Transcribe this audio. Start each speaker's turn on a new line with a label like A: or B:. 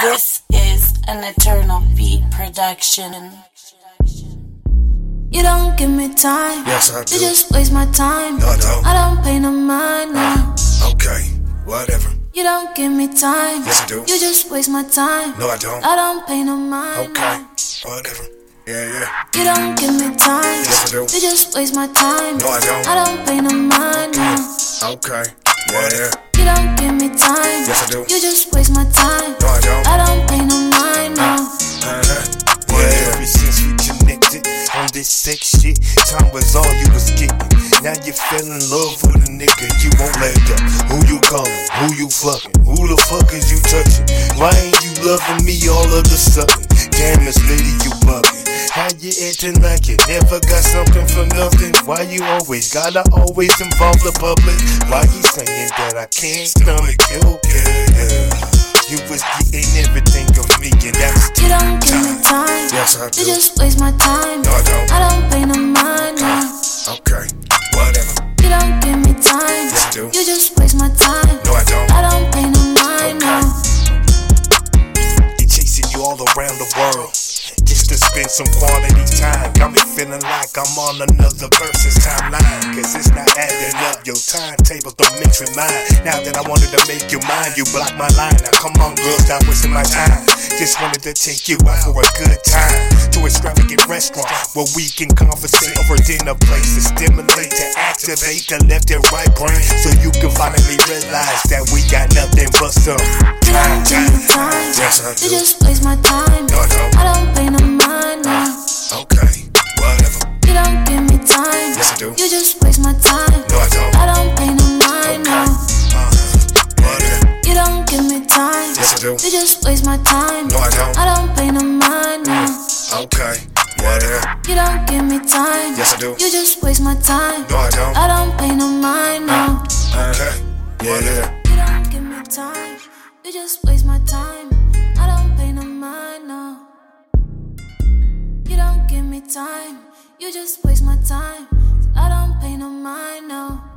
A: This is an Eternal Beat production.
B: You don't give me time.
C: Yes, I do.
B: You just waste my time.
C: No, I don't. Ah,
B: I don't pay no mind now.
C: Okay, whatever.
B: You don't give me time.
C: Yes, I do.
B: You just waste my time.
C: No, I don't.
B: I don't pay no mind
C: Okay,
B: now.
C: whatever. Yeah, yeah.
B: You don't give me time.
C: Yes, I do.
B: You just waste my time.
C: No, I don't.
B: I don't pay no mind now.
C: Okay, yeah, yeah.
B: You don't give me time.
C: Yes, I do.
B: You just waste my time.
C: No, I don't.
B: I don't pay no mind now.
C: Uh-huh.
D: But
C: Yeah,
D: ever since we connected on this sex shit, time was all you was getting. Now you fell in love with a nigga, you won't let go. Who you calling? Who you fucking? Who the fuck is you touching? Why ain't you loving me all of a sudden? Damn, this lady, you bugging. How you acting like you never got something for nothing? Why you always gotta always involve the public? Why you saying that I can't stomach you? Yeah, you was getting everything of me, and that's
B: You don't give me time.
C: Ah. Yes, I
B: You
C: do.
B: just waste my time.
C: No, I don't. Ah.
B: I don't pay no mind now.
C: Okay, whatever.
B: You don't give me time.
C: Yes, I do.
B: You just waste my time.
C: No, I don't.
B: I don't pay no mind now.
D: They chasing you all around the world. Just to spend some quality time. Got me feeling like I'm on another versus timeline. Cause it's not adding up. Your timetable don't mix with mine. Now that I wanted to make you mine, you block my line. Now come on, girl, stop wasting my time. Just wanted to take you out for a good time. To extravagant restaurant where we can conversate over dinner place to stimulate to activate the left and right brain. So you can finally realize that we got nothing but some
B: You don't give me time.
C: Yes, I
B: You
C: do.
B: just waste my time.
C: No, I don't. Ah.
B: I don't pay no mind now.
C: Okay, whatever.
B: You don't give me time.
C: Yes, I do.
B: You just waste my time.
C: No, I don't.
B: I don't pay no mind now.
C: Uh-huh. Whatever.
B: You don't give me time.
C: Yes, I do.
B: You just waste my time.
C: No, I don't. Mm.
B: I don't pay no mind now.
C: Okay, whatever.
B: You don't give me time.
C: Yes, I do.
B: You just waste my time.
C: No, I don't. Ah.
B: I don't pay no mind now.
C: Okay, whatever.
B: You don't give me time. You just waste my time. I don't pay no mind now. You don't give me time. You just waste my time. I don't pay no mind now.